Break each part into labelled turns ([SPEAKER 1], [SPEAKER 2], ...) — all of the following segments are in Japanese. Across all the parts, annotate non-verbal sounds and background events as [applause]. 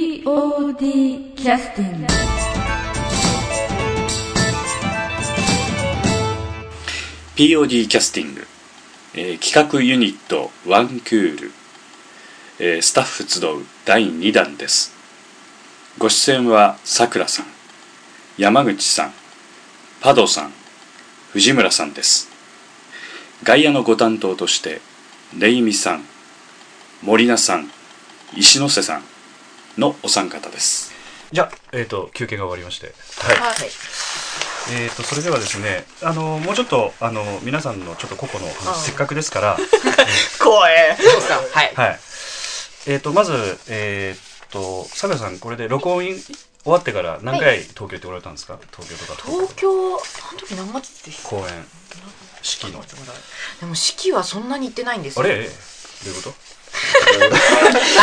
[SPEAKER 1] POD キャスティングは
[SPEAKER 2] POD キャスティング、えー企画ユニットワンクール、えースタッフ集う第2弾ですご出演はさくらさん山口さんパドさん藤村さんです外野のご担当としてレイミさん森菜さん石ノ瀬さんのお三方ですじゃあ、えー、と休憩が終わりましてはい
[SPEAKER 1] い
[SPEAKER 2] えー、とそれではですねあのもうちょっとあの皆さんのちょっと個々のお
[SPEAKER 3] ああ
[SPEAKER 2] 話せっかくです
[SPEAKER 3] [laughs]
[SPEAKER 2] から、
[SPEAKER 3] 怖えそうですかはい
[SPEAKER 2] はいえー、とまず、えー、とさくらさんこれで録音終わってから何回東京行っておられたんですか、東京とか
[SPEAKER 3] 東京あの時何月でした
[SPEAKER 2] 公演式の
[SPEAKER 3] でも式はそんなに行ってないんです
[SPEAKER 2] あ
[SPEAKER 3] よ
[SPEAKER 2] れどういうこと
[SPEAKER 3] あ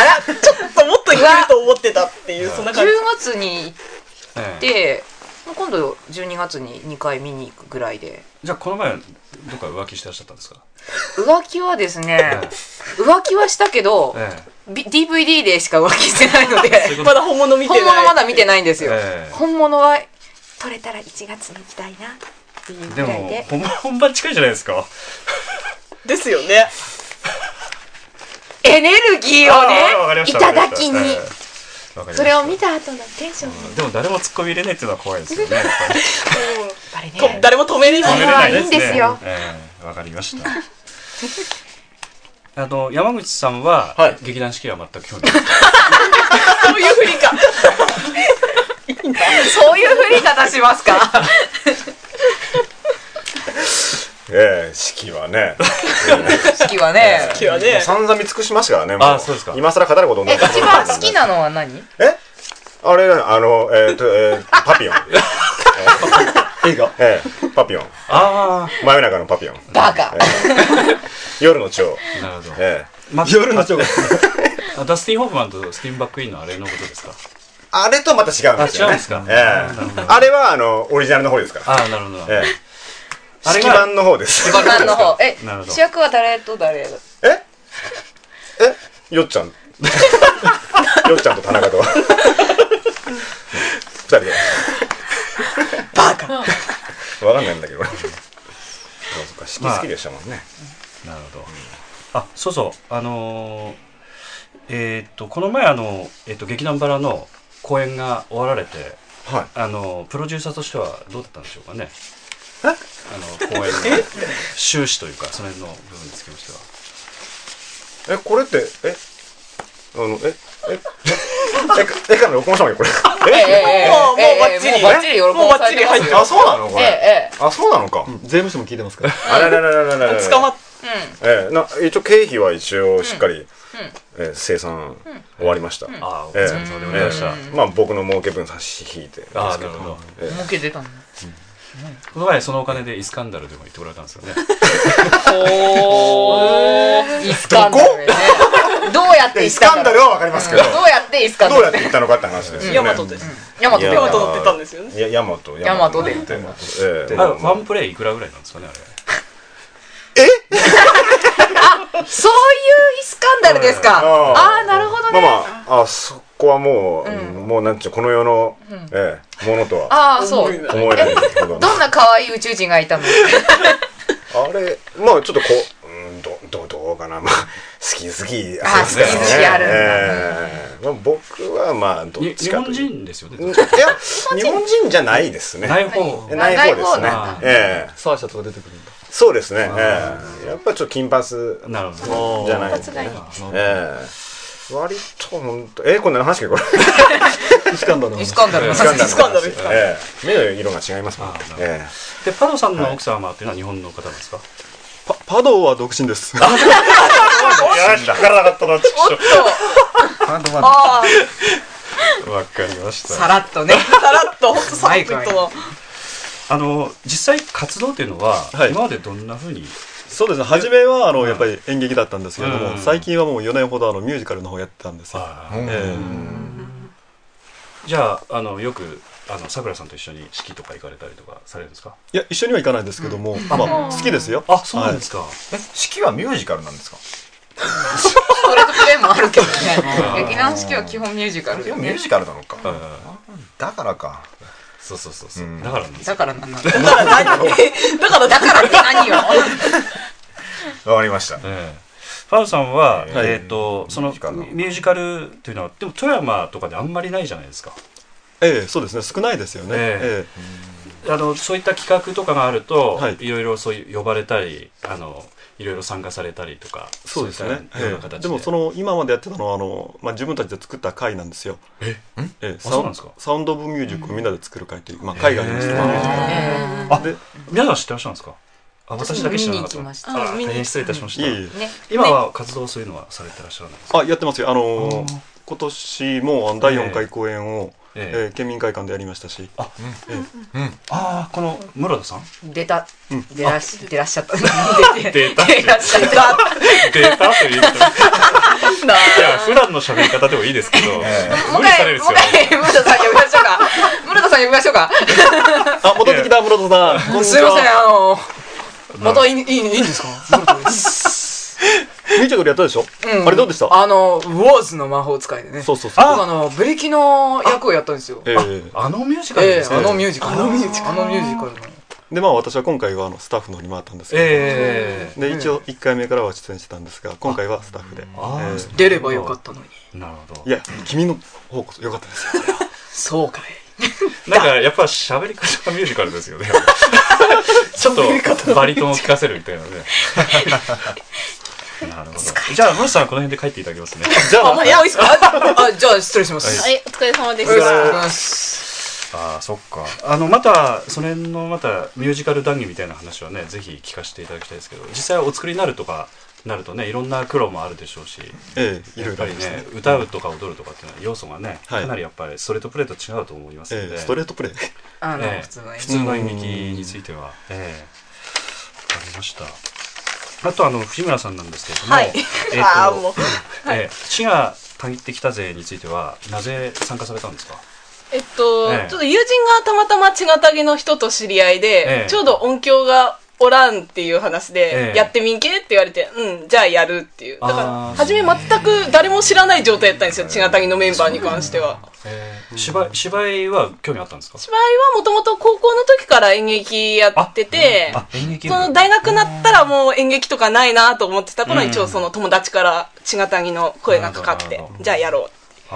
[SPEAKER 3] ら
[SPEAKER 4] ちょっともっといけると思ってたっていう
[SPEAKER 2] うわ
[SPEAKER 4] そんな
[SPEAKER 3] 10
[SPEAKER 4] 感じ
[SPEAKER 3] 月に行っ
[SPEAKER 2] ええ
[SPEAKER 3] てもう今度12月に2回見に行くぐらいで
[SPEAKER 2] じゃあこの前どっか浮気してらっしゃったんですか、
[SPEAKER 3] 浮気はですね
[SPEAKER 2] え
[SPEAKER 3] 浮気はしたけど
[SPEAKER 2] え、え
[SPEAKER 3] ビ DVD でしか浮気してないので
[SPEAKER 4] まだ本物見てな
[SPEAKER 3] 本
[SPEAKER 4] い
[SPEAKER 3] 物まだ見てないんですよ、
[SPEAKER 2] ええ
[SPEAKER 3] 本物は撮れたら1月に行きたいなっていうぐ
[SPEAKER 2] で
[SPEAKER 3] らい
[SPEAKER 2] も [laughs]
[SPEAKER 3] で
[SPEAKER 2] 本番本番近いじゃないですか
[SPEAKER 4] ですよね
[SPEAKER 3] エネルギー
[SPEAKER 2] あ
[SPEAKER 3] を
[SPEAKER 2] あわかりま
[SPEAKER 3] ねい
[SPEAKER 2] した
[SPEAKER 3] ただきに、
[SPEAKER 2] わかりましたええわかりました
[SPEAKER 3] それを見た後のテンションに
[SPEAKER 2] でも誰も突っ込み入れないっていうのは怖いですよねやっぱり
[SPEAKER 3] バレね
[SPEAKER 4] こ誰も止めれ
[SPEAKER 2] 止
[SPEAKER 4] ない
[SPEAKER 2] めれないですね。
[SPEAKER 3] いいんですよ
[SPEAKER 2] ええわ、かりました。 [laughs] あの山口さんは、
[SPEAKER 4] はい
[SPEAKER 2] 劇団四季は全く興味ない。
[SPEAKER 4] そういうふりか
[SPEAKER 3] そういう振り方しますか
[SPEAKER 5] ええ式
[SPEAKER 2] [laughs]
[SPEAKER 5] はね
[SPEAKER 3] 好きはね
[SPEAKER 4] 今日はね
[SPEAKER 5] 散々見尽くしましたからねも
[SPEAKER 2] あそうですか
[SPEAKER 5] 今更語ることも
[SPEAKER 3] え
[SPEAKER 5] ない
[SPEAKER 3] 一番好きなのは何
[SPEAKER 5] えあれあのえっ、と、えーパ
[SPEAKER 2] [laughs]
[SPEAKER 5] ピオン映画ええパピオン
[SPEAKER 2] あ
[SPEAKER 5] 真夜中のパピオン
[SPEAKER 3] バカ
[SPEAKER 5] 夜の蝶
[SPEAKER 2] あ、なるほど。
[SPEAKER 5] え
[SPEAKER 2] ま
[SPEAKER 5] え夜の蝶
[SPEAKER 2] あダスティンホフマンとスティンバックイーンのあれのことですか。
[SPEAKER 5] あれとはまた違うん
[SPEAKER 2] あ、
[SPEAKER 5] ですよ
[SPEAKER 2] 違うん
[SPEAKER 5] ね
[SPEAKER 2] ですか。
[SPEAKER 5] ええあれはあのオリジナルの方ですから
[SPEAKER 2] ああ、なるほど。
[SPEAKER 5] ええ
[SPEAKER 2] あれ
[SPEAKER 5] 式
[SPEAKER 2] が
[SPEAKER 5] 版の方です
[SPEAKER 3] バカの方え
[SPEAKER 2] なるほど
[SPEAKER 3] 主役は誰と誰
[SPEAKER 5] え [laughs] えよっちゃん [laughs] よっちゃんと田中と二人で
[SPEAKER 4] バカ
[SPEAKER 5] わかんないんだけど俺そうか式好きでしたもんね、
[SPEAKER 2] なるほど。あ、そうそう。あのーえーっとこの前あのえっと劇団バラの公演が終わられて。
[SPEAKER 5] はい
[SPEAKER 2] あのプロデューサーとしてはどうだったんでしょうかね。あの公演の終始というかその辺の部分につきましては。
[SPEAKER 5] えこれってえあのえ [laughs] ええええから録音したもんよこれ
[SPEAKER 3] ええええ
[SPEAKER 4] もうもう
[SPEAKER 3] ええ
[SPEAKER 4] バッチリ
[SPEAKER 3] もうバッチリ喜
[SPEAKER 4] もうバッ
[SPEAKER 3] ばさ
[SPEAKER 4] チ
[SPEAKER 3] れ
[SPEAKER 4] リ
[SPEAKER 3] て
[SPEAKER 4] 入
[SPEAKER 3] ま
[SPEAKER 4] っ
[SPEAKER 3] す
[SPEAKER 4] て
[SPEAKER 3] よ
[SPEAKER 5] あそうなのこ
[SPEAKER 3] ええ
[SPEAKER 5] れ
[SPEAKER 3] ええ
[SPEAKER 5] あそうなのか
[SPEAKER 6] 税務署も聞いてますから。
[SPEAKER 5] あららららららら
[SPEAKER 4] 捕まっ
[SPEAKER 3] う
[SPEAKER 5] ええな一応経費は一応しっかりええ生産終わりましたえ
[SPEAKER 2] ああ、お疲
[SPEAKER 5] え
[SPEAKER 2] れ様でございました。
[SPEAKER 5] ええまあ僕の儲け分差し引いて
[SPEAKER 2] ああ、なるほど。
[SPEAKER 3] ん儲け出たの
[SPEAKER 2] この前そのお金でイスカンダルでも行ってもらったんですよね。
[SPEAKER 3] おーイスカンダルねどうやって
[SPEAKER 5] で
[SPEAKER 3] イ
[SPEAKER 5] イ
[SPEAKER 3] ス
[SPEAKER 5] ス
[SPEAKER 3] カ
[SPEAKER 5] カ
[SPEAKER 3] ン
[SPEAKER 5] ン
[SPEAKER 3] ダ
[SPEAKER 5] ダ
[SPEAKER 3] ル
[SPEAKER 5] ルはわかりますけど
[SPEAKER 3] どうやってイスカンダ
[SPEAKER 5] どう
[SPEAKER 3] ル
[SPEAKER 5] やって行ったのかって話です
[SPEAKER 4] ヤ
[SPEAKER 5] よね
[SPEAKER 4] マトです
[SPEAKER 3] ヤマト
[SPEAKER 4] ヤ
[SPEAKER 3] で
[SPEAKER 5] いや
[SPEAKER 4] マト乗ってたんですよね
[SPEAKER 5] いやヤマト
[SPEAKER 3] ヤマトで
[SPEAKER 5] 乗ってええ
[SPEAKER 2] あワンプレイいくらぐらいなんですかね、あれ。
[SPEAKER 3] そういうイスカンダルですか
[SPEAKER 5] うん
[SPEAKER 3] ああなるほど
[SPEAKER 5] まあ
[SPEAKER 3] ね
[SPEAKER 5] まあ、あそこはもう、もうなんちゅう、この世の、ええ、ものとは
[SPEAKER 3] ああそう
[SPEAKER 5] 思えないほどの。
[SPEAKER 3] どんな可愛い宇宙人がいたの
[SPEAKER 5] あれ、まあちょっとこう、うん、どどどうかな、まあ、好き好き、
[SPEAKER 3] あ
[SPEAKER 5] ですから
[SPEAKER 2] 好き好き
[SPEAKER 3] あるんだ
[SPEAKER 5] ええまあ、僕はまあ、どっ
[SPEAKER 2] に
[SPEAKER 5] ち
[SPEAKER 2] 日
[SPEAKER 5] か
[SPEAKER 2] 本
[SPEAKER 5] という。
[SPEAKER 2] 人ですよね。
[SPEAKER 5] うんいや、日本人じゃないですね。
[SPEAKER 2] ない方。
[SPEAKER 5] えない
[SPEAKER 3] な
[SPEAKER 5] 方です
[SPEAKER 3] い方
[SPEAKER 5] ね
[SPEAKER 2] なんだ。
[SPEAKER 5] ええ、
[SPEAKER 6] サーシャとか出てくるんだ。
[SPEAKER 5] そうですね。ええ、やっぱちょっと金髪
[SPEAKER 2] なるほど。
[SPEAKER 5] じゃない。ええ、割と本当、ええ、こんな話かこれ。
[SPEAKER 6] イスカンダルの
[SPEAKER 3] イ
[SPEAKER 6] 話
[SPEAKER 3] ス。カンダルの話
[SPEAKER 4] イスカンダルですか
[SPEAKER 5] ええ、目の色が違いますもん
[SPEAKER 2] あなるほ。ど
[SPEAKER 5] ええ。
[SPEAKER 2] で、パドさんの奥様っていうのは日本の方なんですか
[SPEAKER 6] パパドは独身です。
[SPEAKER 5] や引っかからなかったな、ち
[SPEAKER 3] おっとあ
[SPEAKER 5] わかりまし
[SPEAKER 3] あさ。らっとね
[SPEAKER 4] さらっとほんとさらっと言ったな
[SPEAKER 2] あの、実際活動っていうのは、
[SPEAKER 6] はい
[SPEAKER 2] 今までどんなふうに
[SPEAKER 6] そうですね。初めはあのやっぱり演劇だったんですけれど
[SPEAKER 2] うん
[SPEAKER 6] も、最近はもう4年ほどあのミュージカルの方やってたんですよ。え
[SPEAKER 2] じゃあ、あの、よく、あの、桜さんと一緒に式とか行かれたりとかされるんですか
[SPEAKER 6] えいや一緒には行かないんですけども、まあ好きですよ。
[SPEAKER 2] あ、そうなんですか。
[SPEAKER 7] え式はミュージカルなんですか
[SPEAKER 1] それとプレイもあるけどね劇団四季は基本ミュージカル
[SPEAKER 5] いや
[SPEAKER 1] よ
[SPEAKER 5] ミュー
[SPEAKER 1] ね
[SPEAKER 5] ジカルなのか
[SPEAKER 6] うんうん
[SPEAKER 5] だからか
[SPEAKER 2] そうそうそう
[SPEAKER 5] うん
[SPEAKER 2] だからなんです
[SPEAKER 1] だからなんだ
[SPEAKER 4] だから何だから
[SPEAKER 1] だ
[SPEAKER 4] だ
[SPEAKER 1] からって何よ
[SPEAKER 5] わかり
[SPEAKER 2] [laughs]
[SPEAKER 5] ました
[SPEAKER 2] ええファウさんは、
[SPEAKER 5] はい
[SPEAKER 2] えっ、とそのミ
[SPEAKER 5] ミュージカルの
[SPEAKER 2] ュージカルというのはでも富山とかであんまりないじゃないですか
[SPEAKER 6] ええそうですね少ないですよね、
[SPEAKER 2] え
[SPEAKER 6] え
[SPEAKER 2] あのそういった企画とかがあると、
[SPEAKER 6] はい
[SPEAKER 2] い、ろいろそういう呼ばれたりあのいろいろ参加されたりとか
[SPEAKER 6] そうですね
[SPEAKER 2] そういったような
[SPEAKER 6] ええ
[SPEAKER 2] 形で
[SPEAKER 6] でもその今までやってたのはあの、まあ、自分たちで作った会なんですよ
[SPEAKER 2] え
[SPEAKER 6] ええ
[SPEAKER 2] そうなんですか
[SPEAKER 6] サウンド・オブ・ミュージックをみんなで作る会という、まあ、海外のミュージ
[SPEAKER 1] え
[SPEAKER 6] カルで
[SPEAKER 2] 皆さん知ってらっしゃるんですかあ
[SPEAKER 1] 私
[SPEAKER 2] 私だけ知らなかった
[SPEAKER 1] 見に行きました
[SPEAKER 2] あ大変失礼いたしまし
[SPEAKER 6] い
[SPEAKER 2] た
[SPEAKER 6] えいえ
[SPEAKER 1] ーね
[SPEAKER 2] 今は活動そういうのはされてらっしゃらないですか
[SPEAKER 6] あやってますよあの
[SPEAKER 2] あー
[SPEAKER 6] 今年もあの第4回公演を、
[SPEAKER 2] え
[SPEAKER 6] え
[SPEAKER 2] え
[SPEAKER 6] え県民会館でやりましたし
[SPEAKER 2] ああこの室田さん
[SPEAKER 1] 出た
[SPEAKER 6] うん
[SPEAKER 1] 出らし出らっしゃった
[SPEAKER 2] 出た
[SPEAKER 1] [laughs] 出らっしゃった
[SPEAKER 2] データという
[SPEAKER 1] [laughs]
[SPEAKER 2] ことでいや普段の喋り方でもいいですけど
[SPEAKER 1] もう一回もう一回室田さん呼びましょうか室田さん呼びましょうか
[SPEAKER 6] あ戻ってきた室戸さんこんにち
[SPEAKER 1] すいません
[SPEAKER 6] は
[SPEAKER 1] あのまたいいいいいいんですか室田です
[SPEAKER 6] ミュージカルやったでしょ、
[SPEAKER 1] うん
[SPEAKER 6] あれどうでした
[SPEAKER 1] あのウォーズの魔法使いでね
[SPEAKER 6] そうそうそう
[SPEAKER 1] 僕あのブリキの役をやったんですよ
[SPEAKER 6] ええ
[SPEAKER 2] あのミュージカル
[SPEAKER 1] え
[SPEAKER 2] で
[SPEAKER 1] え
[SPEAKER 2] す
[SPEAKER 1] あ
[SPEAKER 2] ね
[SPEAKER 1] のミュージカルあのミュージカルあのミュージカルの
[SPEAKER 6] でまあ私は今回はあのスタッフの方に回ったんですけど、
[SPEAKER 2] ええ
[SPEAKER 6] で一応1回目からは出演してたんですが今回はスタッフで、
[SPEAKER 2] あー
[SPEAKER 6] ええ
[SPEAKER 1] 出ればよかったのに
[SPEAKER 2] なるほど
[SPEAKER 6] いや君の方こそよかったですよ
[SPEAKER 1] そうかい
[SPEAKER 2] なんかやっぱ喋り方がミュージカルです
[SPEAKER 6] [laughs]
[SPEAKER 2] よねちょっとバリトンを聞かせるみたい
[SPEAKER 1] [laughs]
[SPEAKER 2] なねなるほどじゃあ室田さんはこの辺で帰っていただきます
[SPEAKER 6] [laughs]
[SPEAKER 2] ね
[SPEAKER 6] じゃあ
[SPEAKER 4] あもういやいいっすか
[SPEAKER 1] あじゃあ失礼します
[SPEAKER 7] はい、お疲れ様で
[SPEAKER 1] お疲れ
[SPEAKER 7] す。
[SPEAKER 1] 様です
[SPEAKER 2] ああそっかあのまたその辺のまたミュージカル談義みたいな話はねぜひ聞かせていただきたいですけど実際お作りになるとかなるとねいろんな苦労もあるでしょうし
[SPEAKER 6] ええい
[SPEAKER 2] や
[SPEAKER 6] ろ
[SPEAKER 2] っ
[SPEAKER 6] いろ
[SPEAKER 2] ぱ
[SPEAKER 6] あり
[SPEAKER 2] り
[SPEAKER 6] ましたね
[SPEAKER 2] ね歌うとか踊るとかっていうのは要素がね、
[SPEAKER 6] はい
[SPEAKER 2] かなりやっぱりストレートプレーと違うと思いますの
[SPEAKER 6] え
[SPEAKER 2] で、
[SPEAKER 6] えストレートプレイ
[SPEAKER 1] あの
[SPEAKER 2] ええ
[SPEAKER 1] 普通の演
[SPEAKER 2] 普
[SPEAKER 1] 技
[SPEAKER 2] 通の演劇については、ええわかりましたあとあの藤村さんなんですけれども、
[SPEAKER 4] はい
[SPEAKER 2] えっ
[SPEAKER 4] あー
[SPEAKER 2] と
[SPEAKER 4] もう
[SPEAKER 2] ええ滋賀たぎってきたぜについてはなぜ参加されたんですか
[SPEAKER 7] えっと、
[SPEAKER 2] ええ
[SPEAKER 7] ちょっと友人がたまたまちがたぎの人と知り合いで、
[SPEAKER 2] ええ
[SPEAKER 7] ちょうど音響がおらんっていう話
[SPEAKER 2] え
[SPEAKER 7] で、
[SPEAKER 2] え
[SPEAKER 7] やってみんけって言われて、うん、じゃあやるっていう。だから
[SPEAKER 2] あー、
[SPEAKER 7] 初め全く誰も知らない状態だったんですよ、ちがたぎのメンバーに関しては。
[SPEAKER 2] 芝居芝居は興味あったんですか
[SPEAKER 7] 芝居はもともと高校の時から演劇やってて、
[SPEAKER 2] あ演劇部
[SPEAKER 7] その大学になったらもう演劇とかないなと思ってた頃に、一応その友達からちがたぎの声がかかっ
[SPEAKER 2] なる
[SPEAKER 7] て
[SPEAKER 2] ほど、
[SPEAKER 7] じゃあやろう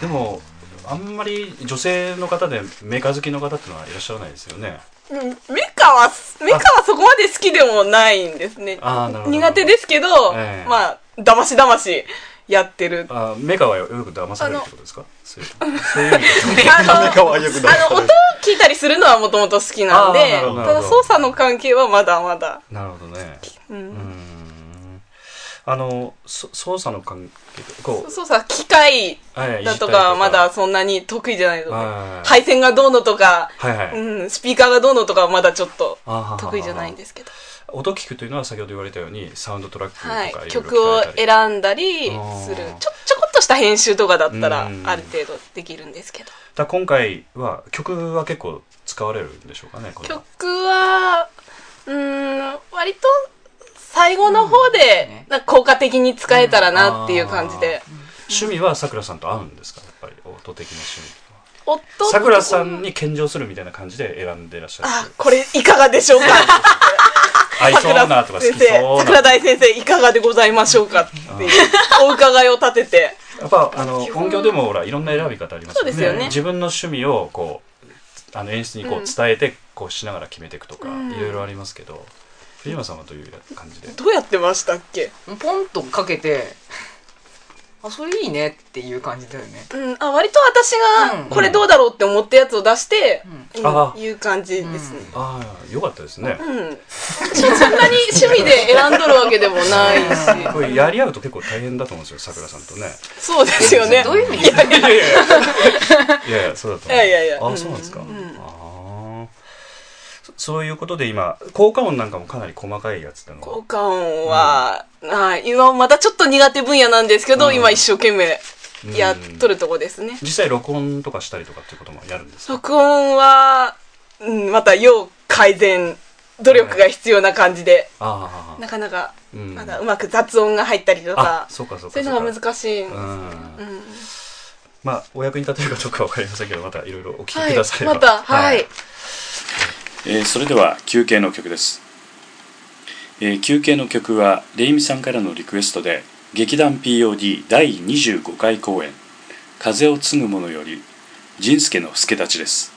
[SPEAKER 2] でもあんまり女性の方でメーカー好きの方っていうのはいらっしゃらないですよね
[SPEAKER 7] うんメカは、メカはそこまで好きでもないんですね。
[SPEAKER 2] あーなるほど
[SPEAKER 7] 苦手ですけど、
[SPEAKER 2] ええ
[SPEAKER 7] まあ、だましだましやってる。
[SPEAKER 2] あメカはよく騙されるってことですかそういうそういう意味 [laughs]
[SPEAKER 7] あの、
[SPEAKER 6] かわいよくな
[SPEAKER 7] あの音を聞いたりするのはもともと好きなん
[SPEAKER 2] あー
[SPEAKER 7] で、
[SPEAKER 2] なる
[SPEAKER 7] た
[SPEAKER 2] ほどなるほ
[SPEAKER 7] だ
[SPEAKER 2] ど
[SPEAKER 7] 操作の関係はまだまだ。
[SPEAKER 2] なるほどね
[SPEAKER 7] う
[SPEAKER 2] うんーんあのそ操作の関係とこう
[SPEAKER 7] 操作、機械
[SPEAKER 2] はい
[SPEAKER 7] だと
[SPEAKER 2] いじったり
[SPEAKER 7] か、まだそんなに得意じゃないので、
[SPEAKER 2] はい
[SPEAKER 7] 配線がどうのとか、
[SPEAKER 2] はいはい、
[SPEAKER 7] うん、スピーカーがどうのとかはまだちょっと
[SPEAKER 2] あー
[SPEAKER 7] 得意じゃないんですけど、
[SPEAKER 2] 音聞くというのは先ほど言われたようにサウンドトラックとか、
[SPEAKER 7] はい
[SPEAKER 2] いろい、ろ
[SPEAKER 7] 曲を
[SPEAKER 2] 聞かれたり
[SPEAKER 7] 選んだり
[SPEAKER 2] あー
[SPEAKER 7] するちょちょこっとした編集とかだったら
[SPEAKER 2] うん
[SPEAKER 7] ある程度できるんですけど
[SPEAKER 2] だから今回は曲は結構使われるんでしょうかねこれは
[SPEAKER 7] 曲はうーん割と最後の方でなんか効果的に使えたらなっていう感じで、
[SPEAKER 2] 趣味はさくらさんと合うんですかやっぱり音的な趣味とか
[SPEAKER 7] 夫と
[SPEAKER 2] さくらさんに献上するみたいな感じで選んでらっしゃる
[SPEAKER 7] あこれいかがでしょうか
[SPEAKER 2] 合いそう
[SPEAKER 7] 桜
[SPEAKER 2] なとか好きそ
[SPEAKER 7] 先
[SPEAKER 2] う
[SPEAKER 7] 生
[SPEAKER 2] な
[SPEAKER 7] 桜大先生いかがでございましょうかっていうお伺いを立てて
[SPEAKER 2] やっぱあの音響でもほらいろんな選び方ありますよね
[SPEAKER 7] そうですよね
[SPEAKER 2] 自分の趣味をこうあの演出にこう伝えてこうしながら決めていくとか、いろいろありますけど藤山さんはどういう感じで
[SPEAKER 7] どうやってましたっけ
[SPEAKER 1] ポンとかけてあそれいいねっていう感じだよね
[SPEAKER 7] うん、あ割と私
[SPEAKER 1] うん
[SPEAKER 7] がこれどうだろうって思ったやつを出して、うん
[SPEAKER 2] あ
[SPEAKER 7] いう感じですね。
[SPEAKER 2] ああよかったですね、
[SPEAKER 7] うん、そんなに趣味で選んどるわけでもないし、
[SPEAKER 2] これやり合うと結構大変だと思うんですよさくらさんと
[SPEAKER 7] [laughs]
[SPEAKER 2] ね
[SPEAKER 7] そうですよね。
[SPEAKER 1] どういう意
[SPEAKER 2] い
[SPEAKER 1] 味
[SPEAKER 2] やいやいやいやいやそうだと思う
[SPEAKER 7] いやいやいや
[SPEAKER 2] あそうなんですか、ああそそういうことで今効果音なんかもかなり細かいやつってのが
[SPEAKER 7] 効果音は、はい、今まだちょっと苦手分野なんですけど、
[SPEAKER 2] うん
[SPEAKER 7] 今一生懸命やっとるとこですね。
[SPEAKER 2] 実際録音とかしたりとかっていうこともやるんですか
[SPEAKER 7] 録音は、うん、また要改善努力が必要な感じで、
[SPEAKER 2] ああ
[SPEAKER 7] なかなか、
[SPEAKER 2] うん
[SPEAKER 7] まだうまく雑音が入ったりと
[SPEAKER 2] あ
[SPEAKER 7] か、
[SPEAKER 2] そうかそうか
[SPEAKER 7] そういうのが
[SPEAKER 2] しい
[SPEAKER 7] 難しいんです。うん
[SPEAKER 2] まあお役に立てるかどうかわかりませんけどまたいろいろお聞き
[SPEAKER 7] は
[SPEAKER 2] ください
[SPEAKER 7] い、また、はい。
[SPEAKER 8] えーそれでは休憩の曲です、えー休憩の曲はレイミさんからのリクエストで劇団 POD 第25回公演「風を継ぐ者より仁助の助太刀」です、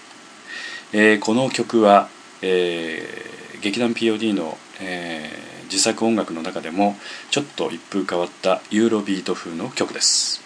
[SPEAKER 8] えーこの曲は、えー劇団 POD の、えー自作音楽の中でもちょっと一風変わったユーロビート風の曲です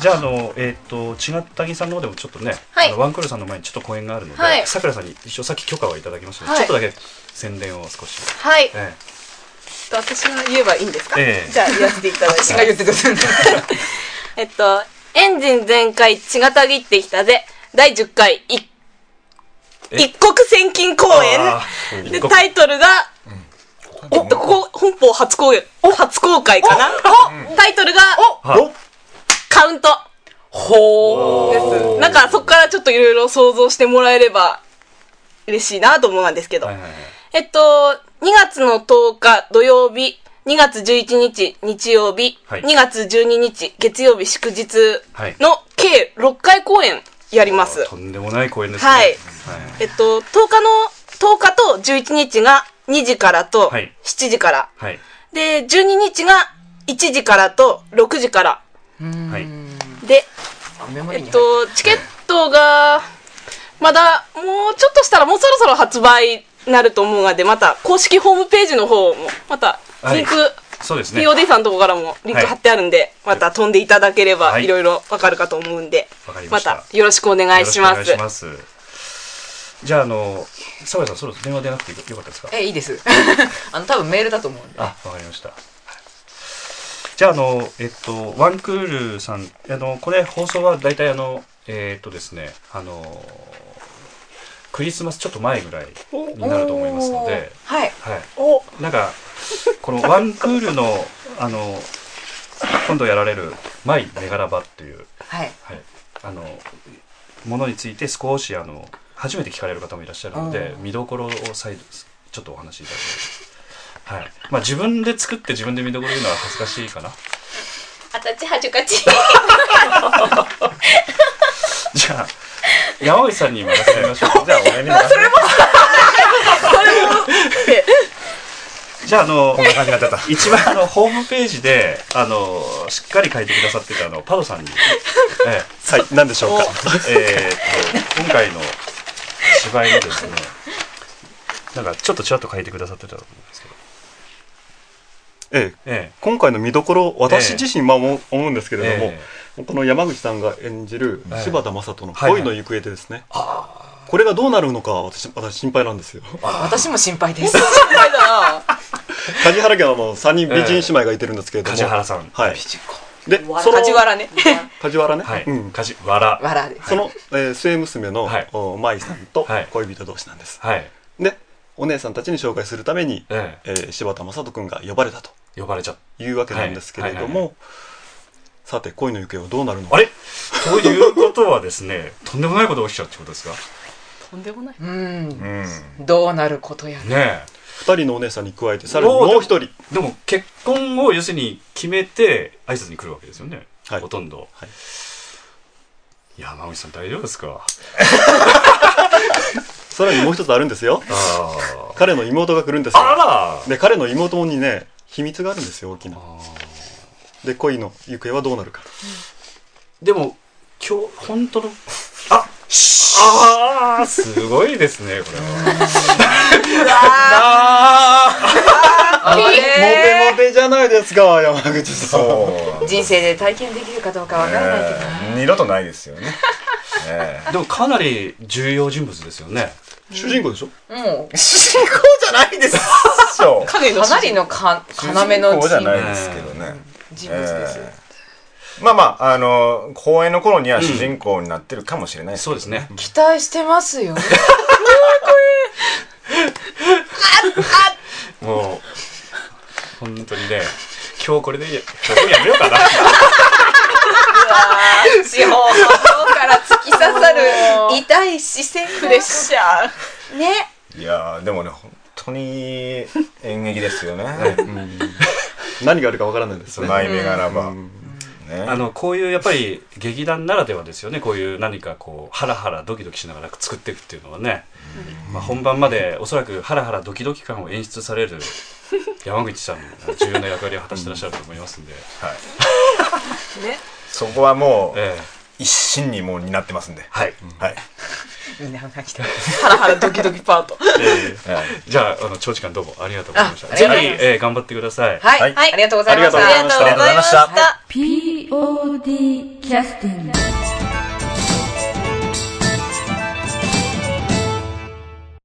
[SPEAKER 2] じゃああのえっ、と違ったぎさんの方でもちょっとね、
[SPEAKER 7] はい
[SPEAKER 2] あのワンクールさんの前にちょっと講演があるので、
[SPEAKER 7] はい
[SPEAKER 2] さくらさんに一応さっき許可をいただきましたので、
[SPEAKER 7] はい
[SPEAKER 2] ちょっとだけ宣伝を少し、
[SPEAKER 7] はい。
[SPEAKER 2] え
[SPEAKER 7] 私が言えばいいんですか、
[SPEAKER 2] ええ
[SPEAKER 7] じゃあ言わせていただいて。
[SPEAKER 1] 私が言ってたんだ
[SPEAKER 7] えっと、エンジン全開、血がたぎってきたぜ、第10回、い
[SPEAKER 2] え
[SPEAKER 7] 一国千金公
[SPEAKER 2] あ
[SPEAKER 7] 演。で、タイトルが、おっと、ここ、本邦初公演、初公開かなタイトルが、
[SPEAKER 2] はい
[SPEAKER 7] カウント。ほー。です。なんか、そこからちょっといろいろ想像してもらえれば、嬉しいなと思うんですけど。
[SPEAKER 2] はいはいはい
[SPEAKER 7] えっと、2月の10日土曜日、2月11日日曜日、
[SPEAKER 2] はい
[SPEAKER 7] 2月12日月曜日祝日
[SPEAKER 2] はい
[SPEAKER 7] の計6回公演やります。
[SPEAKER 2] とんでもない公演ですね
[SPEAKER 7] はい
[SPEAKER 2] は
[SPEAKER 7] えっと、10日の、10日と11日が2時からと
[SPEAKER 2] はい
[SPEAKER 7] 7時から。
[SPEAKER 2] い
[SPEAKER 7] で、12日が1時からと6時から。
[SPEAKER 2] はいはい
[SPEAKER 7] で、
[SPEAKER 1] あメモ
[SPEAKER 7] え
[SPEAKER 1] リーに
[SPEAKER 7] っ
[SPEAKER 1] 入
[SPEAKER 7] と、チケットが、まだ、もうちょっとしたら、もうそろそろ発売になると思うので、また、公式ホームページの方も、また、
[SPEAKER 2] はい
[SPEAKER 7] リンク、
[SPEAKER 2] そうですねわ
[SPEAKER 7] POD さんのとこからもリンク貼ってあるんで、また飛んでいただければ、
[SPEAKER 2] はい
[SPEAKER 7] いろいろわかるかと思うんで、
[SPEAKER 2] かりま
[SPEAKER 7] ま
[SPEAKER 2] した
[SPEAKER 7] た、よろしくお願いしま
[SPEAKER 2] よろ
[SPEAKER 7] す。
[SPEAKER 2] くお願いしますじゃああのさくらさんそろそろ電話でなくてよかったですか
[SPEAKER 1] えいいです [laughs] あの多分メールだと思うんで
[SPEAKER 2] あ、わかりました。じゃあ、あの、えっと、ワンクールさん、あの、これ放送は大体あの、えーっとですね、あの、クリスマスちょっと前ぐらいになると思いますので、
[SPEAKER 1] はい
[SPEAKER 2] はい。なんか、このワンクールの、あの、今度やられる、マイ・メガラバっていう、
[SPEAKER 1] はい
[SPEAKER 2] はい、あのものについて少しあの初めて聞かれる方もいらっしゃるので見どころを再度ちょっとお話しいただきたい、はいまあ、自分で作って自分で見どころ言うのは恥ずかしいかな
[SPEAKER 3] あたちはじゅかち。
[SPEAKER 2] じゃあ山内さんに任せましょうじゃあ
[SPEAKER 9] じゃあ俺にも
[SPEAKER 2] じじゃあ、あの
[SPEAKER 5] こん、な感じになっちゃった。
[SPEAKER 2] 一番あのホームページであのしっかり書いてくださってたあのパドさんに、ええ
[SPEAKER 6] はい、なんでしょうか。
[SPEAKER 2] えー、と今回の芝居のですねなんかちょっとちらっと書いてくださってたと思うんですけど、
[SPEAKER 6] え
[SPEAKER 2] え
[SPEAKER 6] え、今回の見どころ、私自身、まあ、もう思うんですけ
[SPEAKER 2] え
[SPEAKER 6] れども
[SPEAKER 2] え、
[SPEAKER 6] この山口さんが演じる
[SPEAKER 2] ええ
[SPEAKER 6] 柴田雅人の
[SPEAKER 2] はいはい
[SPEAKER 6] 恋の行方でですね、これがどうなるのか、私、私心配なんですよ。
[SPEAKER 1] 私も心配です。
[SPEAKER 6] 梶原家はもう3人美人姉妹がいてるんですけ
[SPEAKER 2] え
[SPEAKER 6] れども、
[SPEAKER 2] 梶原さん
[SPEAKER 6] はい。で、その、
[SPEAKER 10] 梶原ね。
[SPEAKER 6] 梶原ね、
[SPEAKER 2] はい、
[SPEAKER 6] うん
[SPEAKER 2] 梶原
[SPEAKER 1] 笑です。
[SPEAKER 6] その、えー末娘の、
[SPEAKER 2] はい
[SPEAKER 6] お舞さんと
[SPEAKER 2] はい
[SPEAKER 6] 恋人同士なんです。
[SPEAKER 2] はい、
[SPEAKER 6] で、お姉さんたちに紹介するために、
[SPEAKER 2] え
[SPEAKER 6] えー柴田雅人君が呼ばれたと
[SPEAKER 2] え呼ばれちゃっ
[SPEAKER 6] いうわけなんですけれども、
[SPEAKER 2] はいはい
[SPEAKER 6] さて、恋の行方はどうなるの
[SPEAKER 2] た
[SPEAKER 6] か
[SPEAKER 2] あ。れということはですねとんでもないことが起きちゃうってことですか
[SPEAKER 7] とんでもない。
[SPEAKER 1] うん。
[SPEAKER 5] うん。
[SPEAKER 1] どうなることやら。
[SPEAKER 2] ね
[SPEAKER 6] 二人のお姉さんに加えて、さらに
[SPEAKER 2] おー
[SPEAKER 6] もう一人。
[SPEAKER 2] えでも結婚を要するに決めて挨拶に来るわけですよね、
[SPEAKER 6] はい
[SPEAKER 2] ほとんど、
[SPEAKER 6] はい
[SPEAKER 2] 山口さん大丈夫ですか
[SPEAKER 6] さらにもう一つあるんですよ。
[SPEAKER 2] あー
[SPEAKER 6] 彼の妹が来るんですよ。
[SPEAKER 2] あら
[SPEAKER 6] で、彼の妹にね、秘密があるんですよ、大きな。
[SPEAKER 2] あー
[SPEAKER 6] で、恋の行方はどうなるか。
[SPEAKER 2] でも今日本当のああーすごいですねこれは
[SPEAKER 6] モテモテじゃないですか、山口 [laughs] さん。
[SPEAKER 5] そう。
[SPEAKER 1] 人生で体験できるかどうかわからないけど。
[SPEAKER 5] えー二度とないですよね。え
[SPEAKER 2] [laughs]
[SPEAKER 5] え
[SPEAKER 2] でもかなり重要人物ですよね
[SPEAKER 6] 主人公でしょ
[SPEAKER 1] もう、
[SPEAKER 5] 主人公じゃないです。そう。
[SPEAKER 1] かなりのか要の
[SPEAKER 5] 主人公じゃ
[SPEAKER 1] 人
[SPEAKER 5] な
[SPEAKER 1] 物
[SPEAKER 5] いですけどね。
[SPEAKER 1] 人物ですよ。
[SPEAKER 5] まあまあ、あの、公演の頃には主人公になってるかもしれないです
[SPEAKER 2] そうですね
[SPEAKER 1] 期待してますよ。
[SPEAKER 2] もう本当にね今日これで今日やめようかな
[SPEAKER 1] 四方八方から突き刺さる痛い視線
[SPEAKER 7] プレッシャー。
[SPEAKER 1] ね。
[SPEAKER 5] いやーでもね、本当に演劇ですよね。
[SPEAKER 6] 何があるかわからないですね。
[SPEAKER 5] 備え目柄は。ね。
[SPEAKER 2] あのこういうやっぱり劇団ならではですよねこういう何かこうハラハラドキドキしながら作っていくっていうのはね、まあ、本番までおそらくハラハラドキドキ感を演出さ
[SPEAKER 1] [laughs]
[SPEAKER 2] れる山口さんの重要な役割を果たしてらっしゃると思いますんで、
[SPEAKER 5] そこはもう、
[SPEAKER 2] ええ
[SPEAKER 5] 一心にもう担ってますんで。
[SPEAKER 2] はい、
[SPEAKER 5] はい。
[SPEAKER 1] みんなが来た。
[SPEAKER 10] ハラハラドキドキパート。
[SPEAKER 5] はい
[SPEAKER 2] じゃああの長時間どうもありがとうございました
[SPEAKER 1] ああり
[SPEAKER 2] 次
[SPEAKER 1] がとう
[SPEAKER 2] 回
[SPEAKER 1] ござい、
[SPEAKER 2] えー頑張ってください
[SPEAKER 1] はい。ありがとうございまし。
[SPEAKER 6] ありがとうございました
[SPEAKER 5] ありがとうございました。
[SPEAKER 11] POD キャスティング